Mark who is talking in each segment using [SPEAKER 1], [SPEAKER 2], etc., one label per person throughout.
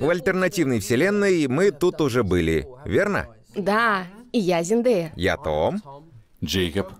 [SPEAKER 1] В альтернативной вселенной мы тут уже были, верно?
[SPEAKER 2] Да, и я Зиндея.
[SPEAKER 1] Я Том.
[SPEAKER 3] Джейкоб.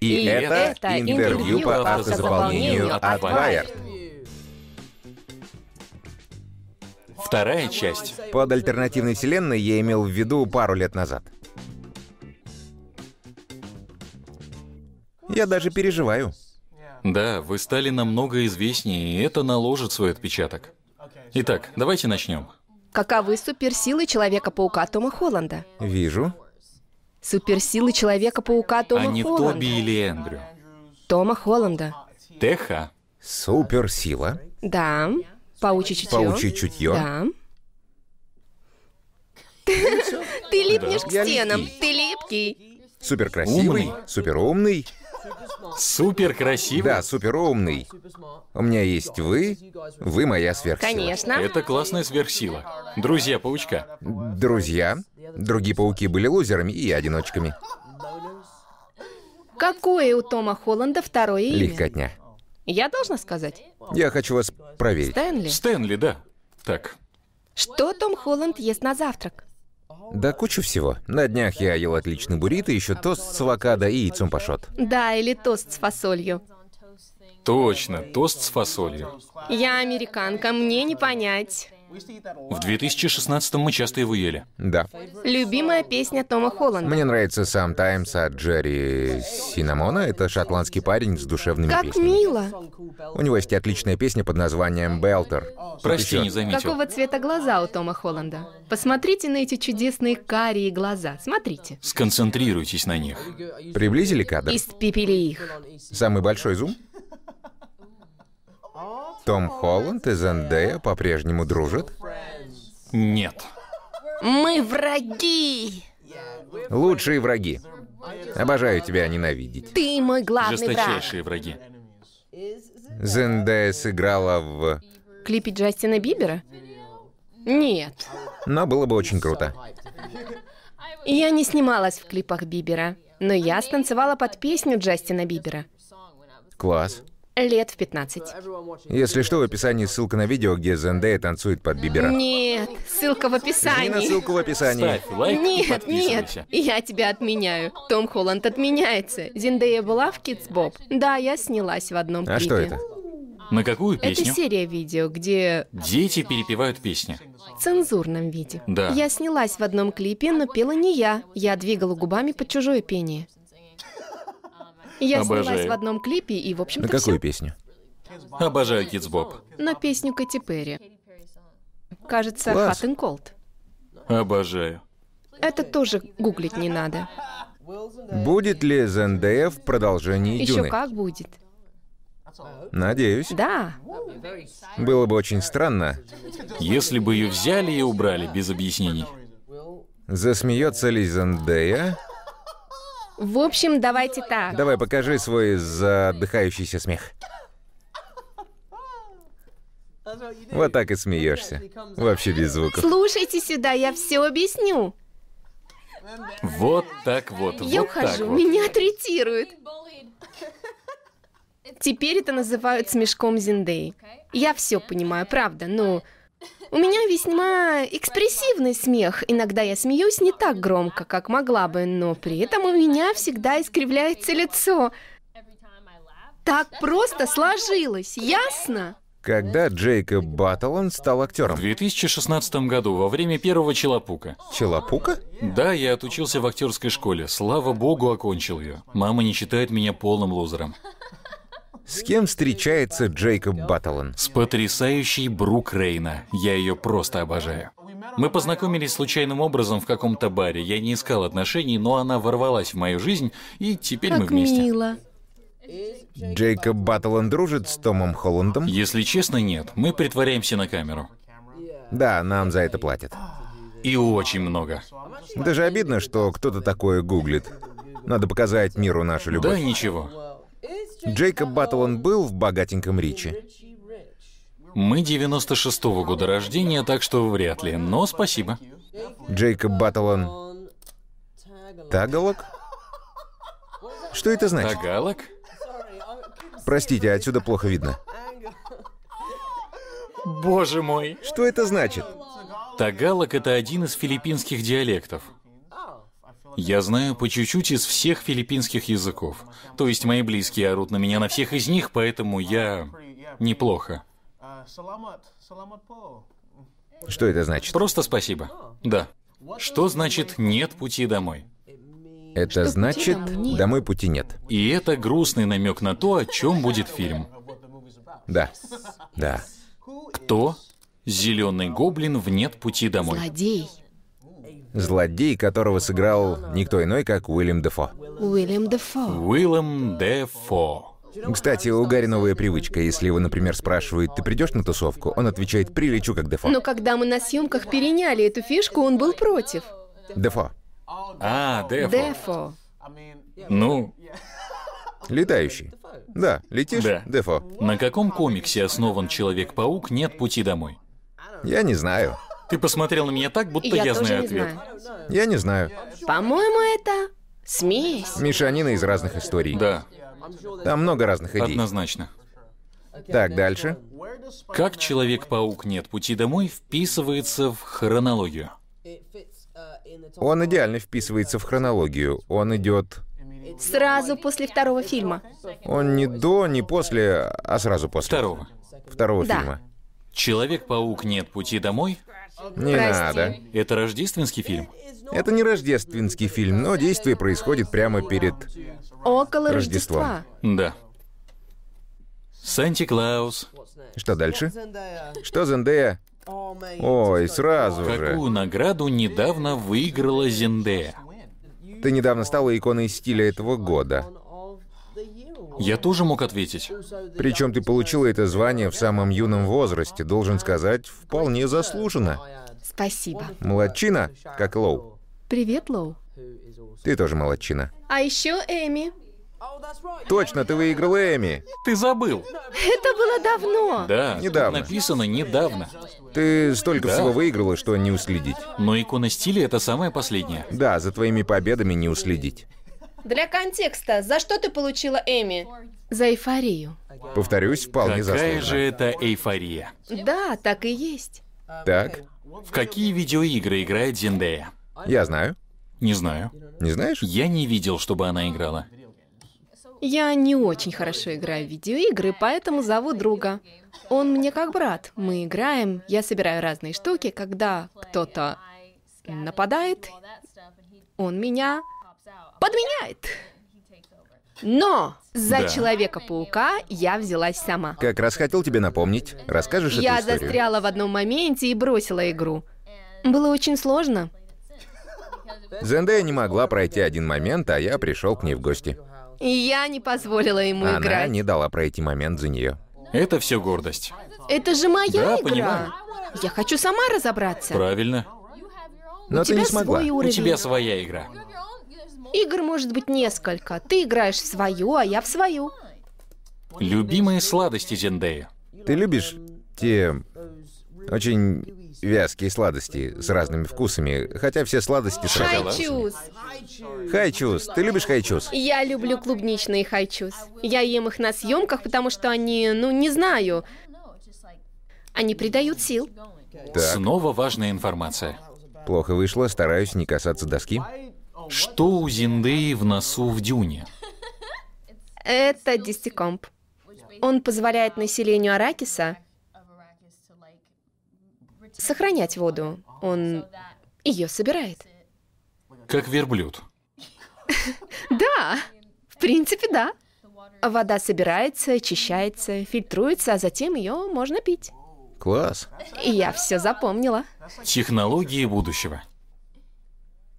[SPEAKER 1] И,
[SPEAKER 2] И
[SPEAKER 1] это,
[SPEAKER 2] это
[SPEAKER 1] интервью
[SPEAKER 2] интервью
[SPEAKER 1] по
[SPEAKER 3] по
[SPEAKER 1] автозаполнению
[SPEAKER 3] автозаполнению
[SPEAKER 1] от
[SPEAKER 3] от
[SPEAKER 1] Wired.
[SPEAKER 3] Вторая часть.
[SPEAKER 1] Под альтернативной вселенной я имел в виду пару лет назад. Я даже переживаю.
[SPEAKER 3] Да, вы стали намного известнее, и это наложит свой отпечаток. Итак, давайте начнем.
[SPEAKER 2] Каковы суперсилы Человека-паука Тома Холланда?
[SPEAKER 1] Вижу.
[SPEAKER 2] Суперсилы Человека-паука
[SPEAKER 3] А
[SPEAKER 2] Тома
[SPEAKER 3] не
[SPEAKER 2] Холланда.
[SPEAKER 3] Тоби или Эндрю.
[SPEAKER 2] Тома Холланда.
[SPEAKER 3] ТХ.
[SPEAKER 1] Суперсила.
[SPEAKER 2] Да. Паучье чутье.
[SPEAKER 1] Паучье чутье.
[SPEAKER 2] Да. Ты липнешь к
[SPEAKER 1] Я
[SPEAKER 2] стенам,
[SPEAKER 1] липкий.
[SPEAKER 2] ты липкий.
[SPEAKER 1] Суперкрасивый.
[SPEAKER 3] Умный.
[SPEAKER 1] Суперумный.
[SPEAKER 3] Супер красиво.
[SPEAKER 1] Да, суперумный. У меня есть вы. Вы моя сверхсила.
[SPEAKER 2] Конечно.
[SPEAKER 3] Это классная сверхсила. Друзья паучка.
[SPEAKER 1] Друзья. Другие пауки были лузерами и одиночками.
[SPEAKER 2] Какое у Тома Холланда второе имя?
[SPEAKER 1] Легкотня.
[SPEAKER 2] Я должна сказать.
[SPEAKER 1] Я хочу вас проверить.
[SPEAKER 2] Стэнли.
[SPEAKER 3] Стэнли, да. Так,
[SPEAKER 2] Что Том Холланд ест на завтрак?
[SPEAKER 1] Да кучу всего. На днях я ел отличный буррито, еще тост с авокадо и яйцом пашот.
[SPEAKER 2] Да, или тост с фасолью.
[SPEAKER 3] точно, тост с фасолью.
[SPEAKER 2] Я американка, мне не понять.
[SPEAKER 3] В 2016 мы часто его ели.
[SPEAKER 1] Да.
[SPEAKER 2] Любимая песня Тома Холланда.
[SPEAKER 1] Мне нравится сам Таймс от Джерри Синамона. Это шотландский парень с душевными
[SPEAKER 2] Как
[SPEAKER 1] песнями.
[SPEAKER 2] мило.
[SPEAKER 1] У него есть отличная песня под названием «Белтер».
[SPEAKER 3] Прости,
[SPEAKER 1] Ты чё?
[SPEAKER 3] не заметил.
[SPEAKER 2] Какого цвета глаза у Тома Холланда? Посмотрите на эти чудесные карие глаза. Смотрите.
[SPEAKER 3] Сконцентрируйтесь на них.
[SPEAKER 1] Приблизили кадр?
[SPEAKER 2] Испепели их.
[SPEAKER 1] Самый большой зум? Том Холланд и Зендея по-прежнему дружат?
[SPEAKER 3] Нет.
[SPEAKER 2] Мы враги!
[SPEAKER 1] Лучшие враги. Обожаю тебя ненавидеть.
[SPEAKER 2] Ты мой главный враг.
[SPEAKER 3] Жесточайшие враги.
[SPEAKER 1] Зендея сыграла в...
[SPEAKER 2] В клипе Джастина Бибера? Нет.
[SPEAKER 1] Но было бы очень круто.
[SPEAKER 2] Я не снималась в клипах Бибера, но я станцевала под песню Джастина Бибера.
[SPEAKER 1] Класс.
[SPEAKER 2] Лет в 15.
[SPEAKER 1] Если что, в описании ссылка на видео, где Зендея танцует под Бибера.
[SPEAKER 2] Нет, ссылка
[SPEAKER 1] Жми
[SPEAKER 2] в
[SPEAKER 1] на
[SPEAKER 2] описании.
[SPEAKER 1] ссылку в описании.
[SPEAKER 3] Ставь лайк и
[SPEAKER 2] Нет, нет,
[SPEAKER 3] подписывайся.
[SPEAKER 2] я тебя отменяю. Том Холланд отменяется. Зиндея была в Kids Bob. Да, я снялась в одном клипе.
[SPEAKER 1] А что это?
[SPEAKER 3] На какую
[SPEAKER 2] Это
[SPEAKER 3] песню?
[SPEAKER 2] серия видео, где...
[SPEAKER 3] Дети перепевают песни.
[SPEAKER 2] в цензурном виде.
[SPEAKER 3] Да.
[SPEAKER 2] Я снялась в одном клипе, но пела не я. Я двигала губами под чужое пение. Я снялась
[SPEAKER 3] Обожаю.
[SPEAKER 2] в одном клипе, и, в общем-то,
[SPEAKER 1] На какую
[SPEAKER 2] всё.
[SPEAKER 1] песню?
[SPEAKER 3] Обожаю Kids Bop.
[SPEAKER 2] На песню Кэти Перри. Кажется,
[SPEAKER 1] Класс.
[SPEAKER 2] Hot and Cold.
[SPEAKER 3] Обожаю.
[SPEAKER 2] Это тоже гуглить не надо.
[SPEAKER 1] Будет ли Зендея в продолжении
[SPEAKER 2] Еще
[SPEAKER 1] Дюны?
[SPEAKER 2] как будет.
[SPEAKER 1] Надеюсь.
[SPEAKER 2] Да.
[SPEAKER 1] Было бы очень странно.
[SPEAKER 3] Если бы ее взяли и убрали без объяснений.
[SPEAKER 1] Засмеется ли Зендея?
[SPEAKER 2] В общем, давайте так.
[SPEAKER 1] Давай, покажи свой задыхающийся смех. Вот так и смеешься. Вообще без звуков.
[SPEAKER 2] Слушайте сюда, я все объясню.
[SPEAKER 3] Вот так вот,
[SPEAKER 2] я
[SPEAKER 3] вот так
[SPEAKER 2] ухожу,
[SPEAKER 3] вот.
[SPEAKER 2] меня третируют. Теперь это называют смешком Зиндей. Я все понимаю, правда, но у меня весьма экспрессивный смех. Иногда я смеюсь не так громко, как могла бы, но при этом у меня всегда искривляется лицо. Так просто сложилось, ясно?
[SPEAKER 1] Когда Джейкоб Батталон стал
[SPEAKER 3] В
[SPEAKER 1] актером?
[SPEAKER 3] 2016 году, во время первого Челопука.
[SPEAKER 1] Челопука?
[SPEAKER 3] Да, я отучился в актерской школе. Слава богу, окончил ее. Мама не считает меня полным лузером.
[SPEAKER 1] С кем встречается Джейкоб Батталон?
[SPEAKER 3] С потрясающей Брук Рейна. Я ее просто обожаю. Мы познакомились случайным образом в каком-то баре. Я не искал отношений, но она ворвалась в мою жизнь, и теперь мы
[SPEAKER 2] Как
[SPEAKER 3] вместе.
[SPEAKER 2] мило.
[SPEAKER 1] Джейкоб Батталон дружит с Томом Холландом?
[SPEAKER 3] Если честно, нет. Мы притворяемся на камеру.
[SPEAKER 1] Да, нам за это платят.
[SPEAKER 3] И очень много.
[SPEAKER 1] Даже обидно, что кто-то такое гуглит. Надо показать миру нашу
[SPEAKER 3] Да,
[SPEAKER 1] любовь.
[SPEAKER 3] ничего.
[SPEAKER 1] Джейкоб Батталон был в «Богатеньком Ричи».
[SPEAKER 3] Мы 96-го года рождения, так что вряд ли. Но спасибо.
[SPEAKER 1] Джейкоб Батталон... Тагалок? Что это значит?
[SPEAKER 3] Тагалок?
[SPEAKER 1] Простите, отсюда плохо видно.
[SPEAKER 3] Боже мой!
[SPEAKER 1] Что это значит?
[SPEAKER 3] Тагалок — это один из филиппинских диалектов. Я знаю по чуть-чуть из всех филиппинских языков. То есть мои близкие орут на меня на всех из них, поэтому я... неплохо.
[SPEAKER 1] Что это значит?
[SPEAKER 3] Просто спасибо. Да. Что значит «нет пути домой»?
[SPEAKER 1] Это
[SPEAKER 2] пути
[SPEAKER 1] значит,
[SPEAKER 2] домой нет.
[SPEAKER 1] домой пути нет.
[SPEAKER 3] И это грустный намек на то, о чем будет фильм.
[SPEAKER 1] Да. Да.
[SPEAKER 3] Кто? Зеленый гоблин в «Нет пути домой».
[SPEAKER 2] Злодей.
[SPEAKER 1] Злодей, которого сыграл никто иной, как Уильям Дефо.
[SPEAKER 2] Уильям Дефо.
[SPEAKER 3] Уиллом Дефо.
[SPEAKER 1] Кстати, у Гарри новая привычка. Если его, например, спрашивают, ты придешь на тусовку, он отвечает, прилечу как Дефо.
[SPEAKER 2] Но когда мы на съемках переняли эту фишку, он был против.
[SPEAKER 1] Дефо.
[SPEAKER 3] А, Дефо.
[SPEAKER 2] Дефо.
[SPEAKER 3] Ну,
[SPEAKER 1] Летающий. Да, летишь?
[SPEAKER 3] Да.
[SPEAKER 1] Дефо.
[SPEAKER 3] на каком комиксе основан Человек-паук «Нет пути домой»?
[SPEAKER 1] Я не знаю.
[SPEAKER 3] Ты посмотрел на меня так, будто
[SPEAKER 2] И
[SPEAKER 3] я,
[SPEAKER 2] я тоже
[SPEAKER 3] знаю
[SPEAKER 2] не
[SPEAKER 3] ответ.
[SPEAKER 2] знаю.
[SPEAKER 1] Я не знаю.
[SPEAKER 2] По-моему, это смесь.
[SPEAKER 1] Мешанина из разных историй.
[SPEAKER 3] Да,
[SPEAKER 1] Там много разных идей.
[SPEAKER 3] однозначно.
[SPEAKER 1] Так, дальше.
[SPEAKER 3] Как Человек-паук «Нет пути домой» вписывается в хронологию?
[SPEAKER 1] Он идеально вписывается в хронологию. Он идет...
[SPEAKER 2] Сразу после второго фильма.
[SPEAKER 1] Он не до, не после, а сразу после.
[SPEAKER 3] Второго.
[SPEAKER 1] Второго
[SPEAKER 2] Да.
[SPEAKER 1] фильма.
[SPEAKER 3] Человек-паук «Нет пути домой»
[SPEAKER 1] Не
[SPEAKER 2] Прости.
[SPEAKER 1] надо.
[SPEAKER 3] — это рождественский фильм.
[SPEAKER 1] Это не рождественский фильм, но действие происходит прямо перед...
[SPEAKER 2] Около
[SPEAKER 1] Рождество.
[SPEAKER 2] Рождества.
[SPEAKER 3] Да. Санти Клаус.
[SPEAKER 1] Что дальше?
[SPEAKER 4] Zendaya. Oh,
[SPEAKER 1] Что Зендея? Ой, сразу же.
[SPEAKER 3] Какую награду недавно выиграла Зендея?
[SPEAKER 1] Ты недавно стала иконой стиля этого года.
[SPEAKER 4] Of the year award.
[SPEAKER 3] Я тоже мог ответить.
[SPEAKER 1] Причем ты получила это звание в самом юном возрасте, должен сказать, вполне заслуженно.
[SPEAKER 2] Спасибо.
[SPEAKER 1] Молодчина, как Лоу.
[SPEAKER 2] Привет, Лоу.
[SPEAKER 1] Ты тоже молодчина.
[SPEAKER 2] А еще Эми.
[SPEAKER 4] Oh, that's right.
[SPEAKER 1] Точно, ты выиграл Эми.
[SPEAKER 3] Ты забыл.
[SPEAKER 2] Это было давно.
[SPEAKER 3] Да, тут
[SPEAKER 1] Недавно.
[SPEAKER 3] написано недавно.
[SPEAKER 1] Ты столько
[SPEAKER 3] Да.
[SPEAKER 1] всего выиграла, что не уследить.
[SPEAKER 3] Но икона стиля — это самое последнее.
[SPEAKER 1] Да, за твоими победами не уследить.
[SPEAKER 2] Для контекста, за что ты получила Эми? За эйфорию.
[SPEAKER 1] Повторюсь, вполне
[SPEAKER 3] Какая же
[SPEAKER 1] заслуженно.
[SPEAKER 3] это эйфория.
[SPEAKER 2] Да, так и есть.
[SPEAKER 4] Um,
[SPEAKER 1] Так,
[SPEAKER 3] В какие видеоигры играет Зендея?
[SPEAKER 1] я знаю.
[SPEAKER 3] Не знаю.
[SPEAKER 1] Не знаешь?
[SPEAKER 3] Я не видел, чтобы она играла.
[SPEAKER 2] Я не очень хорошо играю в видеоигры, поэтому зову друга. Он мне как брат. Мы играем, я собираю разные штуки, когда кто-то нападает, он меня подменяет. Но за
[SPEAKER 3] Да.
[SPEAKER 2] Человека-паука я взялась сама.
[SPEAKER 1] Как раз хотел тебе напомнить. Расскажешь
[SPEAKER 2] я
[SPEAKER 1] эту историю?
[SPEAKER 2] застряла в одном моменте и бросила игру. Было очень сложно.
[SPEAKER 1] Зендея не могла пройти один момент, а я пришел к ней в гости.
[SPEAKER 2] И я не позволила ему
[SPEAKER 1] Она
[SPEAKER 2] играть.
[SPEAKER 1] не дала пройти момент за нее.
[SPEAKER 3] Это все гордость.
[SPEAKER 2] Это же моя
[SPEAKER 3] Да,
[SPEAKER 2] игра.
[SPEAKER 3] понимаю.
[SPEAKER 2] Я хочу сама разобраться.
[SPEAKER 3] Правильно.
[SPEAKER 1] Но ты
[SPEAKER 2] тебя
[SPEAKER 1] не смогла.
[SPEAKER 2] свой
[SPEAKER 3] У
[SPEAKER 2] уровень.
[SPEAKER 3] тебя своя игра.
[SPEAKER 2] Игр может быть несколько. Ты играешь в свою, а я в свою.
[SPEAKER 3] Любимые сладости Зендея.
[SPEAKER 1] Ты любишь те очень вязкие сладости с разными вкусами, хотя все сладости с разными
[SPEAKER 2] Хайчус.
[SPEAKER 1] вкусами. Хайчус. Ты любишь хайчус?
[SPEAKER 2] Я люблю клубничные хайчус. Я ем их на съемках, потому что они, ну, не знаю. Они придают сил.
[SPEAKER 1] Так,
[SPEAKER 3] Снова важная информация.
[SPEAKER 1] плохо вышло, стараюсь не касаться доски.
[SPEAKER 3] Что у Зендеи в носу в дюне?
[SPEAKER 2] Это дистикомп. Он позволяет населению Аракиса сохранять воду. Он ее собирает.
[SPEAKER 3] Как верблюд.
[SPEAKER 2] Да, в принципе, да. Вода собирается, очищается, фильтруется, а затем ее можно пить.
[SPEAKER 1] Класс.
[SPEAKER 2] И я все запомнила.
[SPEAKER 3] Технологии будущего.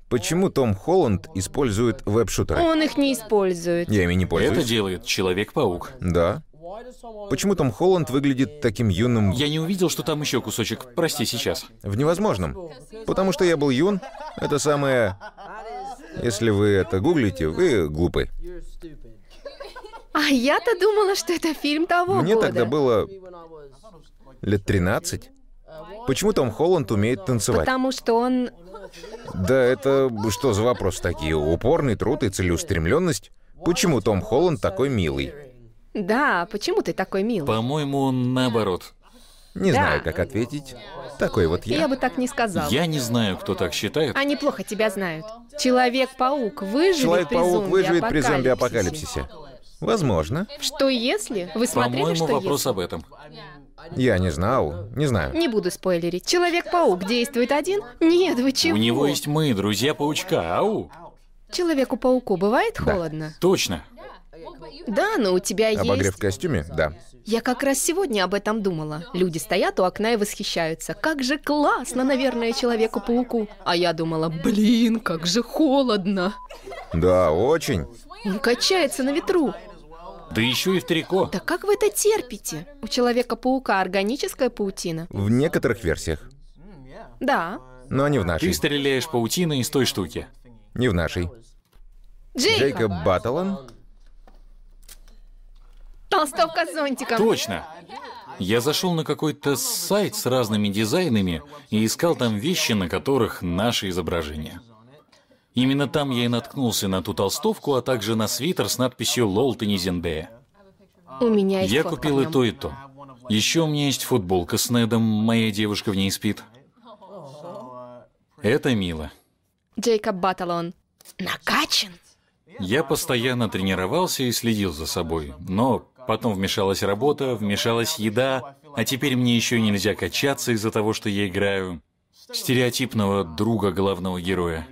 [SPEAKER 1] Почему Том Холланд использует веб-шутеры?
[SPEAKER 2] Он их не использует.
[SPEAKER 1] Я ими не
[SPEAKER 3] Это
[SPEAKER 1] пользуюсь.
[SPEAKER 3] делает Человек-паук.
[SPEAKER 1] Да. Почему Том Холланд выглядит таким юным
[SPEAKER 3] Я не увидел, что там еще кусочек. Прости, сейчас.
[SPEAKER 1] в невозможном? Потому что я был юн. Это самое... Если вы это гуглите, вы глупы.
[SPEAKER 4] You're stupid.
[SPEAKER 2] А я-то думала, что это фильм того
[SPEAKER 1] Мне
[SPEAKER 2] года.
[SPEAKER 1] тогда было
[SPEAKER 4] Me when I was.
[SPEAKER 1] лет 13. Почему Том Холланд умеет танцевать?
[SPEAKER 2] Потому что он...
[SPEAKER 1] Да это что за вопрос такие? Упорный труд и целеустремленность? Почему Том Холланд такой милый?
[SPEAKER 2] Да, почему ты такой милый?
[SPEAKER 3] По-моему, наоборот.
[SPEAKER 1] Не
[SPEAKER 2] Да.
[SPEAKER 1] знаю, как ответить. Такой вот
[SPEAKER 2] Я,
[SPEAKER 1] я.
[SPEAKER 2] бы так не сказала.
[SPEAKER 3] Я не знаю, кто так считает.
[SPEAKER 2] Они плохо тебя знают. Человек-паук выживет при
[SPEAKER 1] Человек-паук
[SPEAKER 2] зомби
[SPEAKER 1] выживет при зомби-апокалипсисе. Возможно.
[SPEAKER 2] Что если? Вы смотрели,
[SPEAKER 3] По-моему,
[SPEAKER 2] что
[SPEAKER 3] вопрос
[SPEAKER 2] если?
[SPEAKER 3] об этом.
[SPEAKER 1] Я не знал, не знаю.
[SPEAKER 2] Не буду спойлерить. Человек-паук действует один? Нет, вы чего?
[SPEAKER 3] У него есть мы, друзья паучка. Ау!
[SPEAKER 2] Человеку-пауку бывает холодно?
[SPEAKER 3] Точно.
[SPEAKER 2] Да, но у тебя
[SPEAKER 1] Обогрев
[SPEAKER 2] есть...
[SPEAKER 1] в костюме? Да.
[SPEAKER 2] Я как раз сегодня об этом думала. Люди стоят у окна и восхищаются. Как же классно, наверное, Человеку-пауку. А я думала, блин, как же холодно.
[SPEAKER 1] Да, очень.
[SPEAKER 2] Он качается на ветру.
[SPEAKER 3] Да еще и в трико.
[SPEAKER 2] Да как вы это терпите? У Человека-паука органическая паутина.
[SPEAKER 1] В некоторых версиях.
[SPEAKER 2] Да.
[SPEAKER 1] Но не в
[SPEAKER 3] Ты
[SPEAKER 1] нашей.
[SPEAKER 3] стреляешь паутиной из той штуки.
[SPEAKER 1] Не в нашей.
[SPEAKER 2] Джейкоб,
[SPEAKER 1] Джейкоб Батталан?
[SPEAKER 2] толстовка с зонтиком.
[SPEAKER 3] Точно. Я зашел на какой-то сайт с разными дизайнами и искал там вещи, на которых наше изображение. Именно там я и наткнулся на ту толстовку, а также на свитер с надписью «Лол, ты не Зендея».
[SPEAKER 2] У меня есть
[SPEAKER 3] Я
[SPEAKER 2] фотка
[SPEAKER 3] купил
[SPEAKER 2] в
[SPEAKER 3] и
[SPEAKER 2] нем.
[SPEAKER 3] то, и то. Еще у меня есть футболка с Недом, моя девушка в ней спит. Это мило.
[SPEAKER 2] Джейкоб Батталон. Накачан?
[SPEAKER 3] Я постоянно тренировался и следил за собой, но потом вмешалась работа, вмешалась еда, а теперь мне еще нельзя качаться из-за того, что я играю стереотипного друга главного героя.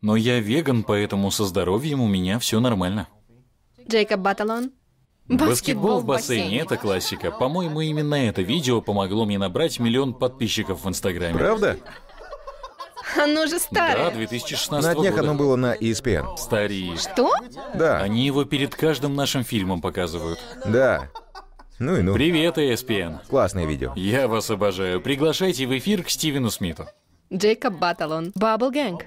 [SPEAKER 3] Но я веган, поэтому со здоровьем у меня все нормально.
[SPEAKER 2] Джейкоб Батталон.
[SPEAKER 3] Баскетбол в бассейне — это классика. По-моему, именно это видео помогло мне набрать миллион подписчиков в Инстаграме.
[SPEAKER 1] Правда?
[SPEAKER 2] Оно же
[SPEAKER 3] Да,
[SPEAKER 2] старое.
[SPEAKER 3] 2016
[SPEAKER 1] На днях оно
[SPEAKER 3] года.
[SPEAKER 1] было на ESPN.
[SPEAKER 3] Старишь.
[SPEAKER 2] Что?
[SPEAKER 1] Да,
[SPEAKER 3] Они его перед каждым нашим фильмом показывают.
[SPEAKER 1] да. Ну и ну.
[SPEAKER 3] Привет, ESPN.
[SPEAKER 1] Классное видео.
[SPEAKER 3] Я вас обожаю. Приглашайте в эфир к Стивену Смиту.
[SPEAKER 2] Джейкоб Батталон. Бабл Гэнг.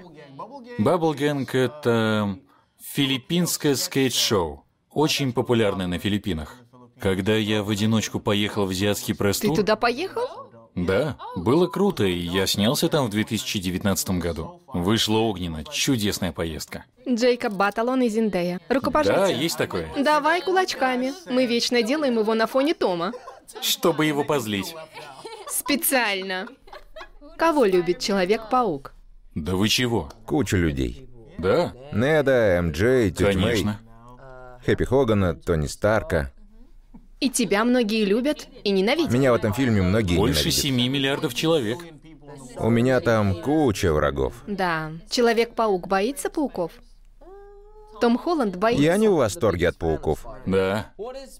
[SPEAKER 3] Bubblegunk — это филиппинское скейт-шоу. Очень популярное на Филиппинах. Когда я в одиночку поехал в азиатский
[SPEAKER 2] Ты
[SPEAKER 3] пресс-тур...
[SPEAKER 2] туда поехал?
[SPEAKER 3] Да, было круто, и я снялся там в 2019 году. Вышло огненно, чудесная поездка.
[SPEAKER 2] Джейкоб Батталон и Зиндея. Рукопожатие.
[SPEAKER 3] Да, есть такое.
[SPEAKER 2] Давай кулачками. Мы вечно делаем его на фоне Тома.
[SPEAKER 3] Чтобы его позлить.
[SPEAKER 2] Специально. Кого любит Человек-паук?
[SPEAKER 3] Да вы чего?
[SPEAKER 1] Кучу людей.
[SPEAKER 3] Да,
[SPEAKER 1] Неда, МД, Тетя Мэй,
[SPEAKER 3] конечно.
[SPEAKER 1] Хэппи Хогана, Тони Старка.
[SPEAKER 2] И тебя многие любят и ненавидят.
[SPEAKER 1] Меня в этом фильме многие
[SPEAKER 3] Больше
[SPEAKER 1] ненавидят.
[SPEAKER 3] 7 миллиардов человек.
[SPEAKER 1] У меня там куча врагов.
[SPEAKER 2] Да. Человек-паук боится пауков? Том Холланд боится.
[SPEAKER 1] Я не в восторге от пауков.
[SPEAKER 3] Да.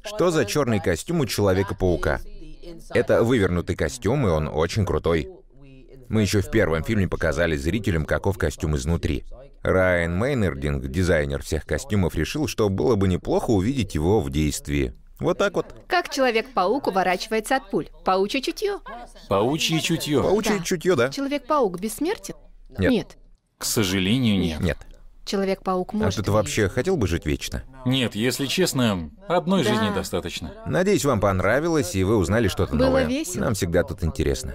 [SPEAKER 1] Что за черный костюм у Человека-паука? Это вывернутый костюм, и он очень крутой. Мы еще в первом фильме показали зрителям, каков костюм изнутри. Райан Мейнердинг, дизайнер всех костюмов, решил, что было бы неплохо увидеть его в действии. Вот так вот.
[SPEAKER 2] Как Человек-паук уворачивается от пуль? Паучье чутье.
[SPEAKER 3] Паучье чутье.
[SPEAKER 1] Паучье
[SPEAKER 2] Да.
[SPEAKER 1] чутье, да?
[SPEAKER 2] Человек-паук бессмертен?
[SPEAKER 1] Нет.
[SPEAKER 3] К сожалению, нет.
[SPEAKER 1] Нет.
[SPEAKER 2] Человек-паук
[SPEAKER 1] А
[SPEAKER 2] может.
[SPEAKER 1] ты вообще хотел бы жить вечно?
[SPEAKER 3] Нет, если честно, одной
[SPEAKER 2] Да.
[SPEAKER 3] жизни достаточно.
[SPEAKER 1] Надеюсь, вам понравилось, и вы узнали что-то
[SPEAKER 2] Было
[SPEAKER 1] новое.
[SPEAKER 2] весело.
[SPEAKER 1] Нам всегда тут интересно.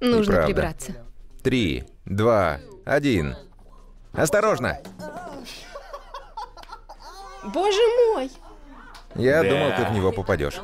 [SPEAKER 2] Нужно
[SPEAKER 1] Неправда.
[SPEAKER 2] прибраться.
[SPEAKER 1] Три, два, один. Осторожно!
[SPEAKER 2] Боже мой!
[SPEAKER 1] Я
[SPEAKER 3] Да.
[SPEAKER 1] думал, ты в него попадешь.